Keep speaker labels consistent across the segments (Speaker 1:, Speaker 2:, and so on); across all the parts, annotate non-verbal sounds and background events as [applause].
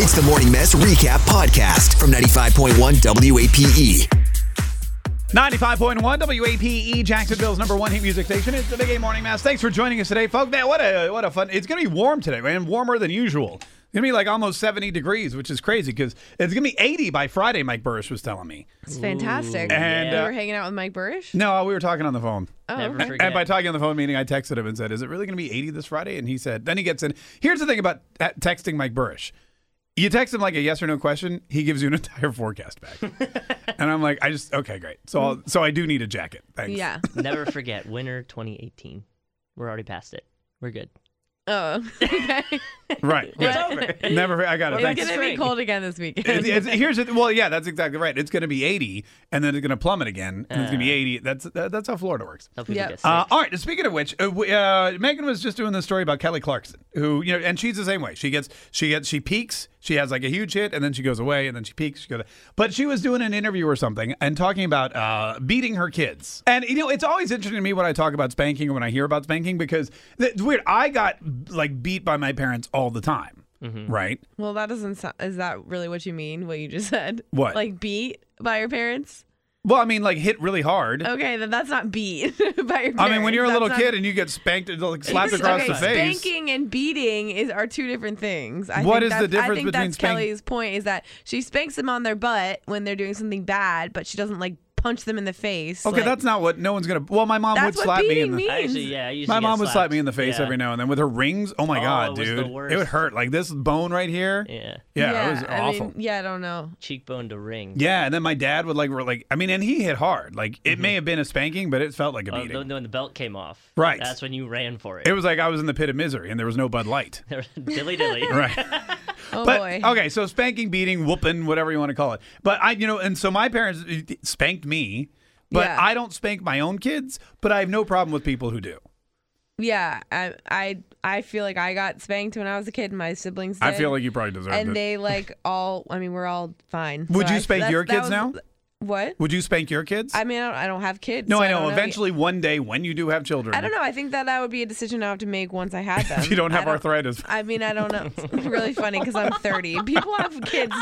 Speaker 1: It's the Morning Mess Recap Podcast from 95.1 WAPE.
Speaker 2: 95.1 WAPE E, Jacksonville's number one hit music station. It's the Big A Morning Mass. Thanks for joining us today, folks. Man, what a what a fun! It's gonna be warm today, man. Warmer than usual. It's gonna be like almost 70 degrees, which is crazy because it's gonna be 80 by Friday. Mike Burris was telling me.
Speaker 3: It's fantastic.
Speaker 2: And,
Speaker 3: you
Speaker 2: uh,
Speaker 3: were hanging out with Mike Burish.
Speaker 2: No, we were talking on the phone.
Speaker 3: Oh,
Speaker 4: Never
Speaker 3: okay.
Speaker 4: forget.
Speaker 2: And by talking on the phone meeting, I texted him and said, "Is it really going to be 80 this Friday?" And he said, "Then he gets in." Here's the thing about te- texting Mike Burrish: you text him like a yes or no question, he gives you an entire forecast back. and I'm like, I just okay, great. So I'll, so I do need a jacket. Thanks. [laughs]
Speaker 3: Yeah.
Speaker 4: Never forget winter 2018. We're already past it. We're good.
Speaker 3: [laughs] Oh. Okay.
Speaker 2: Right.
Speaker 4: It's
Speaker 2: Yeah.
Speaker 4: over.
Speaker 2: [laughs] Never. I got it.
Speaker 3: it's
Speaker 2: Thanks.
Speaker 3: gonna be
Speaker 4: Spring.
Speaker 3: cold again this weekend.
Speaker 2: It's- it's- here's it. Well, yeah, that's exactly right. It's going to be 80, and then it's going to plummet again. And it's going to be
Speaker 4: Uh.
Speaker 2: 80. That's that, that's how Florida works.
Speaker 4: Hope we
Speaker 3: Yep.
Speaker 4: can get
Speaker 2: Uh,
Speaker 4: sick.
Speaker 2: all right. Speaking of which, uh, we, uh, Megan was just doing the story about Kelly Clarkson, who you know, and she's the same way. She gets, she gets, she peaks. She has like a huge hit, and then she goes away, and then she peaks. She goes, but she was doing an interview or something and talking about uh, beating her kids. And you know, it's always interesting to me when I talk about spanking or when I hear about spanking because th- it's weird. I got like beat by my parents all the time, right?
Speaker 3: well, that doesn't sound. Is that really what you mean? What you just said?
Speaker 2: What?
Speaker 3: Like beat by your parents?
Speaker 2: Well, I mean, like hit really hard.
Speaker 3: Okay, then that's not beat [laughs] by your parents.
Speaker 2: I mean, when you're a
Speaker 3: That's
Speaker 2: little
Speaker 3: not-
Speaker 2: kid and you get spanked, like slapped
Speaker 3: It's-
Speaker 2: across
Speaker 3: okay,
Speaker 2: the face.
Speaker 3: Spanking and beating is are two different things. I
Speaker 2: What
Speaker 3: think
Speaker 2: is the
Speaker 3: that's- I
Speaker 2: difference
Speaker 3: think
Speaker 2: between
Speaker 3: that's
Speaker 2: spank-
Speaker 3: Kelly's point is that she spanks them on their butt when they're doing something bad, but she doesn't like punch them in the face.
Speaker 2: Okay,
Speaker 3: like-
Speaker 2: that's not what. No one's gonna. Well, my mom would
Speaker 3: That's what
Speaker 2: slap me in
Speaker 3: beating
Speaker 2: the.
Speaker 3: means.
Speaker 4: I actually, yeah, I usually
Speaker 2: My
Speaker 4: get
Speaker 2: mom would slap
Speaker 4: slapped.
Speaker 2: me in the face
Speaker 4: Yeah.
Speaker 2: every now and then with her rings. Oh my
Speaker 4: Oh,
Speaker 2: god,
Speaker 4: it was the
Speaker 2: dude, it would
Speaker 4: worst.
Speaker 2: hurt. Like this bone right here.
Speaker 4: Yeah.
Speaker 2: Yeah, it was
Speaker 3: I
Speaker 2: awful.
Speaker 3: Mean, yeah, I don't know.
Speaker 4: Cheekbone to ring.
Speaker 2: yeah, and then my dad would like, re- like I mean, and he hit hard. Like it may have been a spanking, but it felt like a
Speaker 4: Mm-hmm. Oh,
Speaker 2: beating.
Speaker 4: the, when the belt came off.
Speaker 2: Right.
Speaker 4: That's when you ran for it.
Speaker 2: It was like I was in the pit of misery, and there was no Bud
Speaker 3: [laughs]
Speaker 2: Light.
Speaker 4: [laughs] dilly dilly.
Speaker 2: [laughs] Right.
Speaker 3: Oh
Speaker 2: But
Speaker 3: boy.
Speaker 2: okay, so spanking, beating, whooping, whatever you want to call it. But I, you know, and so my parents uh, spanked me, but
Speaker 3: Yeah.
Speaker 2: I don't spank my own kids. But I have no problem with people who do.
Speaker 3: Yeah, I, I I feel like I got spanked when I was a kid. and My siblings. Did,
Speaker 2: I feel like you probably deserve
Speaker 3: and
Speaker 2: it.
Speaker 3: they like all. I mean, we're all fine.
Speaker 2: Would
Speaker 3: So
Speaker 2: you
Speaker 3: I-
Speaker 2: spank
Speaker 3: that's-
Speaker 2: your
Speaker 3: that
Speaker 2: kids
Speaker 3: was-
Speaker 2: now?
Speaker 3: What?
Speaker 2: Would you spank your kids?
Speaker 3: I mean, I don't, I don't have kids.
Speaker 2: no,
Speaker 3: so
Speaker 2: I know.
Speaker 3: don't
Speaker 2: Eventually, one day, when you do have children,
Speaker 3: I don't know. I think that that would be a decision I have to make once I had
Speaker 2: [laughs]
Speaker 3: them.
Speaker 2: If [laughs] you don't
Speaker 3: I
Speaker 2: have arthritis, [laughs]
Speaker 3: I mean, I don't know. It's really funny because I'm 30. People have kids. [laughs]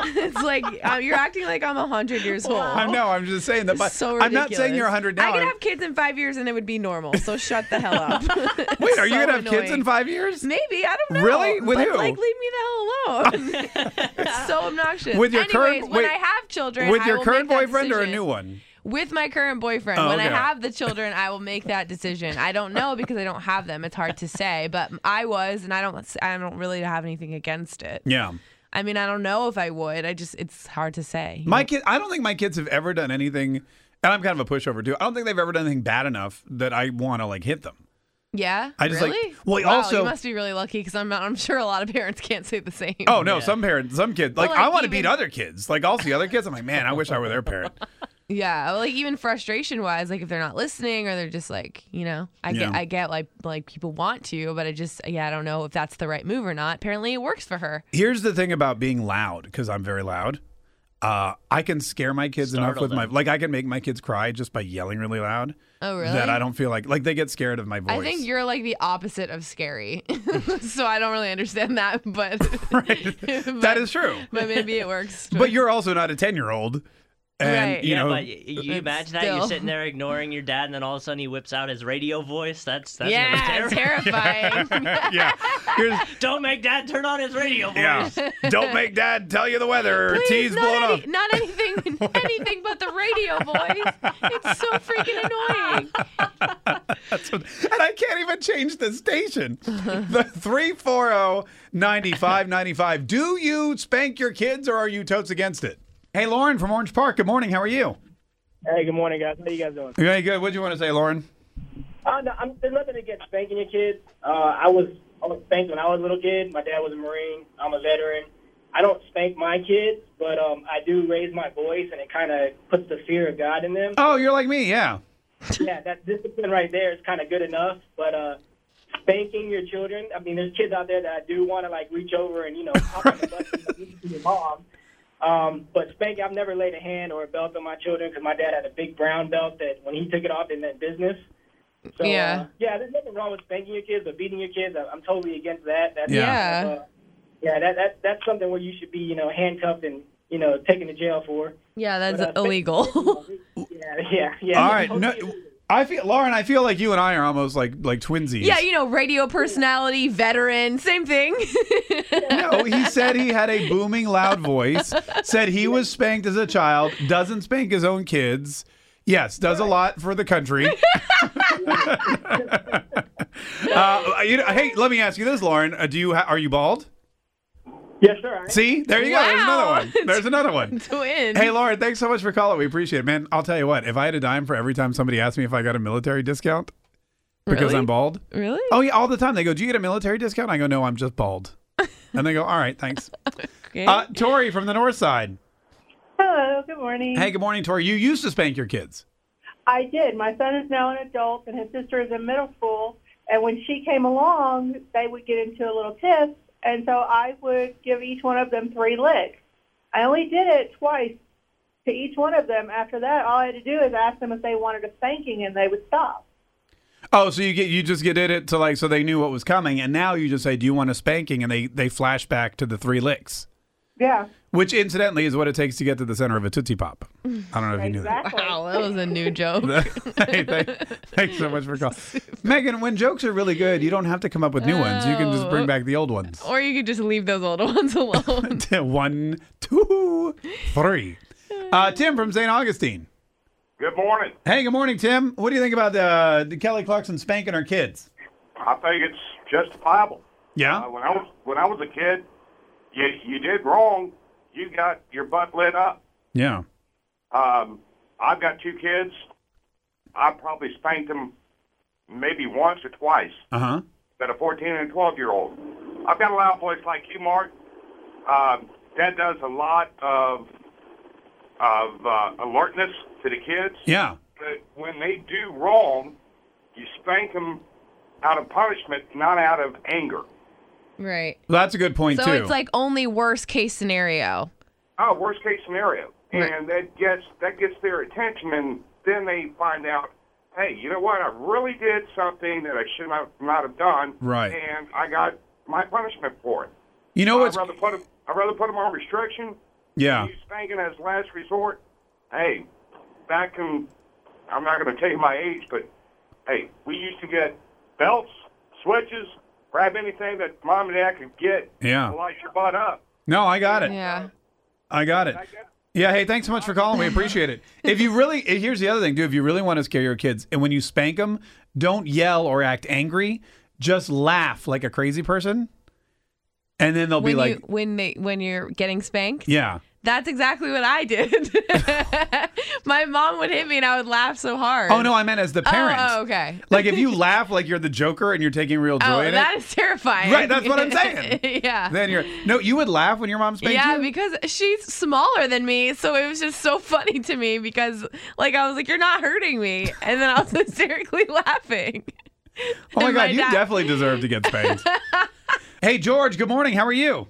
Speaker 3: It's like uh, you're acting like I'm 100 years old.
Speaker 2: I know. I'm just saying that. But
Speaker 3: So
Speaker 2: I'm not saying
Speaker 3: ridiculous.
Speaker 2: you're 100 now.
Speaker 3: I could
Speaker 2: I'm-
Speaker 3: have kids in five years and it would be normal. So shut the hell up.
Speaker 2: [laughs]
Speaker 3: [laughs]
Speaker 2: Wait, are you
Speaker 3: So
Speaker 2: gonna have kids
Speaker 3: annoying.
Speaker 2: in five years?
Speaker 3: Maybe I don't know.
Speaker 2: Really? With
Speaker 3: but,
Speaker 2: who?
Speaker 3: Like, leave me the hell alone. [laughs] it's so obnoxious.
Speaker 2: With your
Speaker 3: Anyways,
Speaker 2: current-
Speaker 3: when
Speaker 2: wait,
Speaker 3: I have children,
Speaker 2: With
Speaker 3: I
Speaker 2: your
Speaker 3: will
Speaker 2: current
Speaker 3: make that
Speaker 2: boyfriend or a
Speaker 3: decision.
Speaker 2: new one?
Speaker 3: With my current boyfriend.
Speaker 2: Oh,
Speaker 3: when
Speaker 2: okay.
Speaker 3: I have the children, I will make that decision. I don't know because I don't have them. It's hard to say, but I was, and I don't. I don't really have anything against it.
Speaker 2: Yeah.
Speaker 3: I mean, I don't know if I would. I just, it's hard to say.
Speaker 2: My kid. I don't think my kids have ever done anything. And I'm kind of a pushover too. I don't think they've ever done anything bad enough that I want to like hit them.
Speaker 3: yeah.
Speaker 2: I just, like-
Speaker 3: really.
Speaker 2: well,
Speaker 3: wow,
Speaker 2: also-
Speaker 3: you must be really lucky because I'm. Not, I'm sure a lot of parents can't say the same.
Speaker 2: Oh no,
Speaker 4: Yeah.
Speaker 2: some parents, some kids. Like,
Speaker 3: Well,
Speaker 2: I
Speaker 3: like,
Speaker 2: want to
Speaker 3: even-
Speaker 2: beat other kids. Like I'll see other kids. I'm like, man, I wish I were their parent.
Speaker 3: Yeah, well, like even frustration wise, like if they're not listening or they're just like, you know, I
Speaker 2: Yeah.
Speaker 3: get, I get like, like people want to, but I just, yeah, I don't know if that's the right move or not. Apparently, it works for her.
Speaker 2: Here's the thing about being loud, because I'm very loud. Uh, I can scare my kids enough
Speaker 4: Startle
Speaker 2: with my
Speaker 4: them.
Speaker 2: like. I can make my kids cry just by yelling really loud.
Speaker 3: Oh, really?
Speaker 2: That I don't feel like like they get scared of my voice.
Speaker 3: I think you're like the opposite of scary, [laughs] so I don't really understand that,
Speaker 2: [laughs]
Speaker 3: but, [laughs] but-
Speaker 2: That is
Speaker 3: [laughs]
Speaker 2: true.
Speaker 3: But maybe it works.
Speaker 2: [laughs] but you're also not a ten year old, and
Speaker 3: Right.
Speaker 2: you
Speaker 4: yeah,
Speaker 2: know.
Speaker 4: but y- you imagine that
Speaker 3: still-
Speaker 4: you're sitting there ignoring your dad, and then all of a sudden he whips out his radio voice. That's that's gonna
Speaker 3: [laughs]
Speaker 4: be
Speaker 3: yeah, it's
Speaker 4: terrible.
Speaker 2: [laughs]
Speaker 3: terrifying. [laughs]
Speaker 2: [laughs] yeah. Here's-
Speaker 4: [laughs] Don't make dad turn on his radio
Speaker 3: [laughs]
Speaker 4: voice.
Speaker 2: yeah. Don't make dad tell you the weather or
Speaker 3: Please,
Speaker 2: tea's
Speaker 3: not
Speaker 2: blown
Speaker 3: any-
Speaker 2: up.
Speaker 3: Not anything,
Speaker 2: [laughs]
Speaker 3: [laughs] anything but the radio voice. It's so freaking annoying.
Speaker 2: and I can't even change the station. the oh, 340-9595. Do you spank your kids or are you totes against it? Hey, Lauren from Orange Park. Good morning. How are you?
Speaker 5: Hey, good morning, guys. How you guys doing?
Speaker 2: Hey, good. What do you want to say, Lauren?
Speaker 5: Uh, no, I'm, there's nothing against spanking your kids. Uh, I was I was spanked when I was a little kid. My dad was a Marine. I'm a veteran. I don't spank my kids, but um, I do raise my voice, and it kind of puts the fear of God in them.
Speaker 2: Oh, you're like me, yeah.
Speaker 5: yeah, that discipline right there is kind of good enough. But uh, spanking your children, I mean, there's kids out there that I do want to like reach over and you know pop on the butt and to your mom. Um, but spanking, I've never laid a hand or a belt on my children because my dad had a big brown belt that when he took it off, it meant business. So,
Speaker 3: Yeah.
Speaker 5: Uh, yeah, there's nothing wrong with spanking your kids, but beating your kids, I- I'm totally against that. That's,
Speaker 3: Yeah. Yeah.
Speaker 5: Uh, yeah, that, that that's something where you should be, you know, handcuffed and you know taken to jail for.
Speaker 3: [laughs] Yeah, that's
Speaker 5: But, uh,
Speaker 6: [laughs]
Speaker 3: illegal.
Speaker 5: yeah,
Speaker 3: [laughs]
Speaker 5: yeah, yeah.
Speaker 2: All right, no, I feel Lauren. I feel like you and I are almost like like twinsies.
Speaker 3: yeah, you know, radio personality, veteran, same thing. [laughs]
Speaker 2: No, he said he had a booming loud voice, said he was spanked as a child, doesn't spank his own kids. Yes, does a lot for the
Speaker 3: [laughs]
Speaker 2: country. [laughs] uh, you know, hey, let me ask you this, Lauren. Uh, do you ha- are you bald?
Speaker 5: Yes, sir. I am.
Speaker 2: See, there you go. There's another
Speaker 3: Wow.
Speaker 2: one. There's another
Speaker 3: [laughs]
Speaker 2: one.
Speaker 3: Twin.
Speaker 2: Hey, Lauren, thanks so much for calling. We appreciate it, man. I'll tell you what. If I had a dime for every time somebody asked me if I got a military discount because
Speaker 3: Really?
Speaker 2: I'm bald,
Speaker 3: really?
Speaker 2: oh yeah, all the time they go, "Do you get a military discount?" I go, "No, I'm just bald," and they go, "All right, thanks."
Speaker 3: Okay.
Speaker 2: Uh, Tori from the North Side.
Speaker 7: Hello, good morning.
Speaker 2: Hey, good morning, Tori. You used to spank your kids.
Speaker 7: I did. My son is now an adult, and his sister is in middle school. And when she came along, they would get into a little tiff, and so I would give each one of them three licks. I only did it twice to each one of them. After that, all I had to do is ask them if they wanted a spanking, and they would stop.
Speaker 2: Oh, so you get you just get did it to like so they knew what was coming, and now you just say, "Do you want a spanking?" and they they flash back to the three licks,
Speaker 7: Yeah,
Speaker 2: which incidentally is what it takes to get to the center of a tootsie pop. I don't know if you knew that.
Speaker 7: exactly.
Speaker 3: Wow, Oh, that was a new joke.
Speaker 2: [laughs] hey, thank, thanks so much for calling, Megan. When jokes are really good, you don't have to come up with new ones. You can just bring back the old ones.
Speaker 3: or you could just leave those old ones [laughs] alone.
Speaker 2: [laughs] One, two, three. Uh, Tim from St. Augustine.
Speaker 6: Good morning.
Speaker 2: Hey, good morning, Tim. What do you think about uh, Kelly Clarkson spanking her kids?
Speaker 6: I think it's justifiable.
Speaker 2: Yeah.
Speaker 6: Uh, when I was when I was a kid, you you did wrong. You got your butt lit up.
Speaker 2: Yeah.
Speaker 6: Um, I've got two kids. I probably spanked them maybe once or twice.
Speaker 2: Uh huh.
Speaker 6: But a 14 and 12 year old. I've got a loud voice like you, Mark. Um, that does a lot of of uh, alertness to the kids.
Speaker 2: Yeah.
Speaker 6: But when they do wrong, you spank them out of punishment, not out of anger.
Speaker 3: right.
Speaker 2: Well, that's a good [laughs] point
Speaker 3: So
Speaker 2: too.
Speaker 3: it's like only worst case scenario.
Speaker 6: Oh, worst case scenario,
Speaker 3: Right.
Speaker 6: and that gets that gets their attention, and then they find out, hey, you know what? I really did something that I should not not have done.
Speaker 2: Right.
Speaker 6: And I got my punishment for it.
Speaker 2: you know
Speaker 6: I'd
Speaker 2: what's
Speaker 6: rather put them. I'd rather put them on restriction.
Speaker 2: yeah.
Speaker 6: Use spanking as last resort. Hey, back in, I'm not going to tell you my age, but hey, we used to get belts, switches, grab anything that mom and dad could get.
Speaker 2: Yeah.
Speaker 6: To light your butt up.
Speaker 2: No, I got it.
Speaker 3: Yeah.
Speaker 2: I got it. Yeah. Hey, thanks so much for calling. We appreciate
Speaker 3: [laughs]
Speaker 2: it. If you really, eh, here's the other thing, too. If you really want to scare your kids, and when you spank them, don't yell or act angry. Just laugh like a crazy person, and then they'll
Speaker 3: When
Speaker 2: be like,
Speaker 3: you when they when you're getting spanked.
Speaker 2: "Yeah,
Speaker 3: That's exactly what I did. [laughs] My mom would hit me and I would laugh so hard.
Speaker 2: oh no, I meant as the
Speaker 3: Oh,
Speaker 2: parent."
Speaker 3: oh, okay.
Speaker 2: Like if you laugh like you're the Joker and you're taking real joy
Speaker 3: Oh,
Speaker 2: in
Speaker 3: that
Speaker 2: it,
Speaker 3: is terrifying.
Speaker 2: Right, that's what I'm saying.
Speaker 3: [laughs] yeah.
Speaker 2: then you're no. You would laugh when your mom spanked
Speaker 3: yeah,
Speaker 2: you.
Speaker 3: because she's smaller than me, so it was just so [laughs] funny to me because like I was like, You're not hurting me and then I was [laughs] hysterically laughing. [laughs]
Speaker 2: oh my god,
Speaker 3: and my
Speaker 2: you
Speaker 3: dad-
Speaker 2: definitely deserve to get spanked.
Speaker 3: [laughs]
Speaker 2: hey George, good morning. How are you?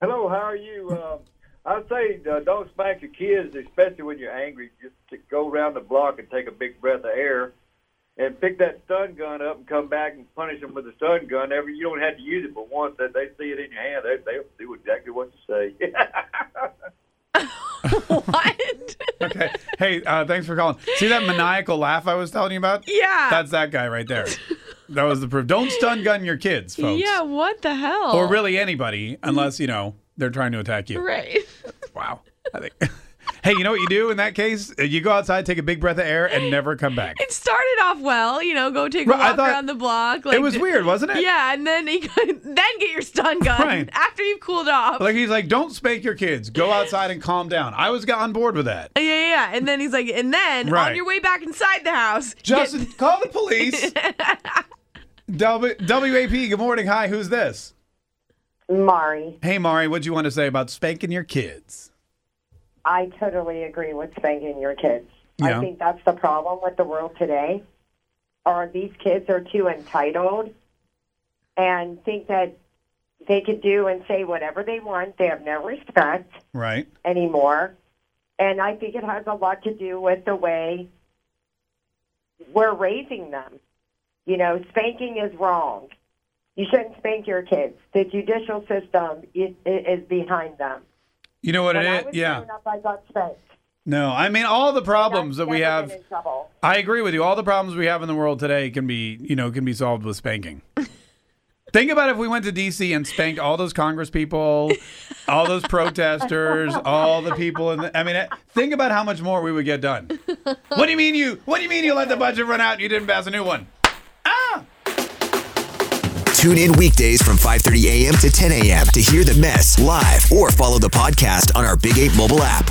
Speaker 8: Hello, how are you? Um, I'd say uh, don't spank your kids, especially when you're angry. Just to go around the block and take a big breath of air, and pick that stun gun up and come back and punish them with a stun gun. Every you don't have to use it, but once that they see it in your hand, they they'll do exactly what you say. [laughs]
Speaker 3: What? [laughs]
Speaker 2: Okay. Hey, uh, thanks for calling. See that maniacal laugh I was telling you about?
Speaker 3: yeah.
Speaker 2: That's that guy right there. That was the proof. Don't stun gun your kids, folks.
Speaker 3: [laughs] Yeah, what the hell?
Speaker 2: Or really anybody, unless, you know, they're trying to attack you.
Speaker 3: Right.
Speaker 2: Wow. I think. [laughs] hey, you know what you do in that case? You go outside, take a big breath of air, and never come back.
Speaker 3: It started off well, you know, go take a
Speaker 2: Right, I
Speaker 3: walk
Speaker 2: thought-
Speaker 3: around the block. Like,
Speaker 2: it was weird, wasn't it?
Speaker 3: Yeah, and then you [laughs] then get your stun gun
Speaker 2: Right.
Speaker 3: after you've cooled off.
Speaker 2: Like he's like, don't spank your kids. Go outside and calm down. I was on board with that.
Speaker 3: yeah, yeah, yeah. And then he's like, and then
Speaker 2: Right.
Speaker 3: on your way back inside the house,
Speaker 2: Justin, call the police. W- WAP, good morning. Hi, who's this?
Speaker 9: Mari.
Speaker 2: Hey, Mari, what'd you want to say about spanking your kids?
Speaker 9: I totally agree with spanking your kids.
Speaker 2: Yeah.
Speaker 9: I think that's the problem with the world today. Are these kids are too entitled and think that they could do and say whatever they want. They have no respect
Speaker 2: Right.
Speaker 9: anymore. And I think it has a lot to do with the way we're raising them. You know, spanking is wrong. You shouldn't spank your kids. The judicial system is, is behind them.
Speaker 2: You know what
Speaker 9: when I
Speaker 2: it
Speaker 9: was
Speaker 2: is? Yeah.
Speaker 9: growing up, I got spanked.
Speaker 2: No, I mean all the problems that we
Speaker 9: Never
Speaker 2: have.
Speaker 9: been in trouble.
Speaker 2: I agree with you. All the problems we have in the world today can be, you know, can be solved with spanking. Think about if we went to DC and spanked all those Congress people, all those protesters, all the people in the I mean, think about how much more we would get done. What do you mean you what do you mean you let the budget run out and you didn't pass a new one?
Speaker 1: Tune in weekdays from 5:30 a.m. to 10 a.m. to hear the mess live or follow the podcast on our Big 8 mobile app.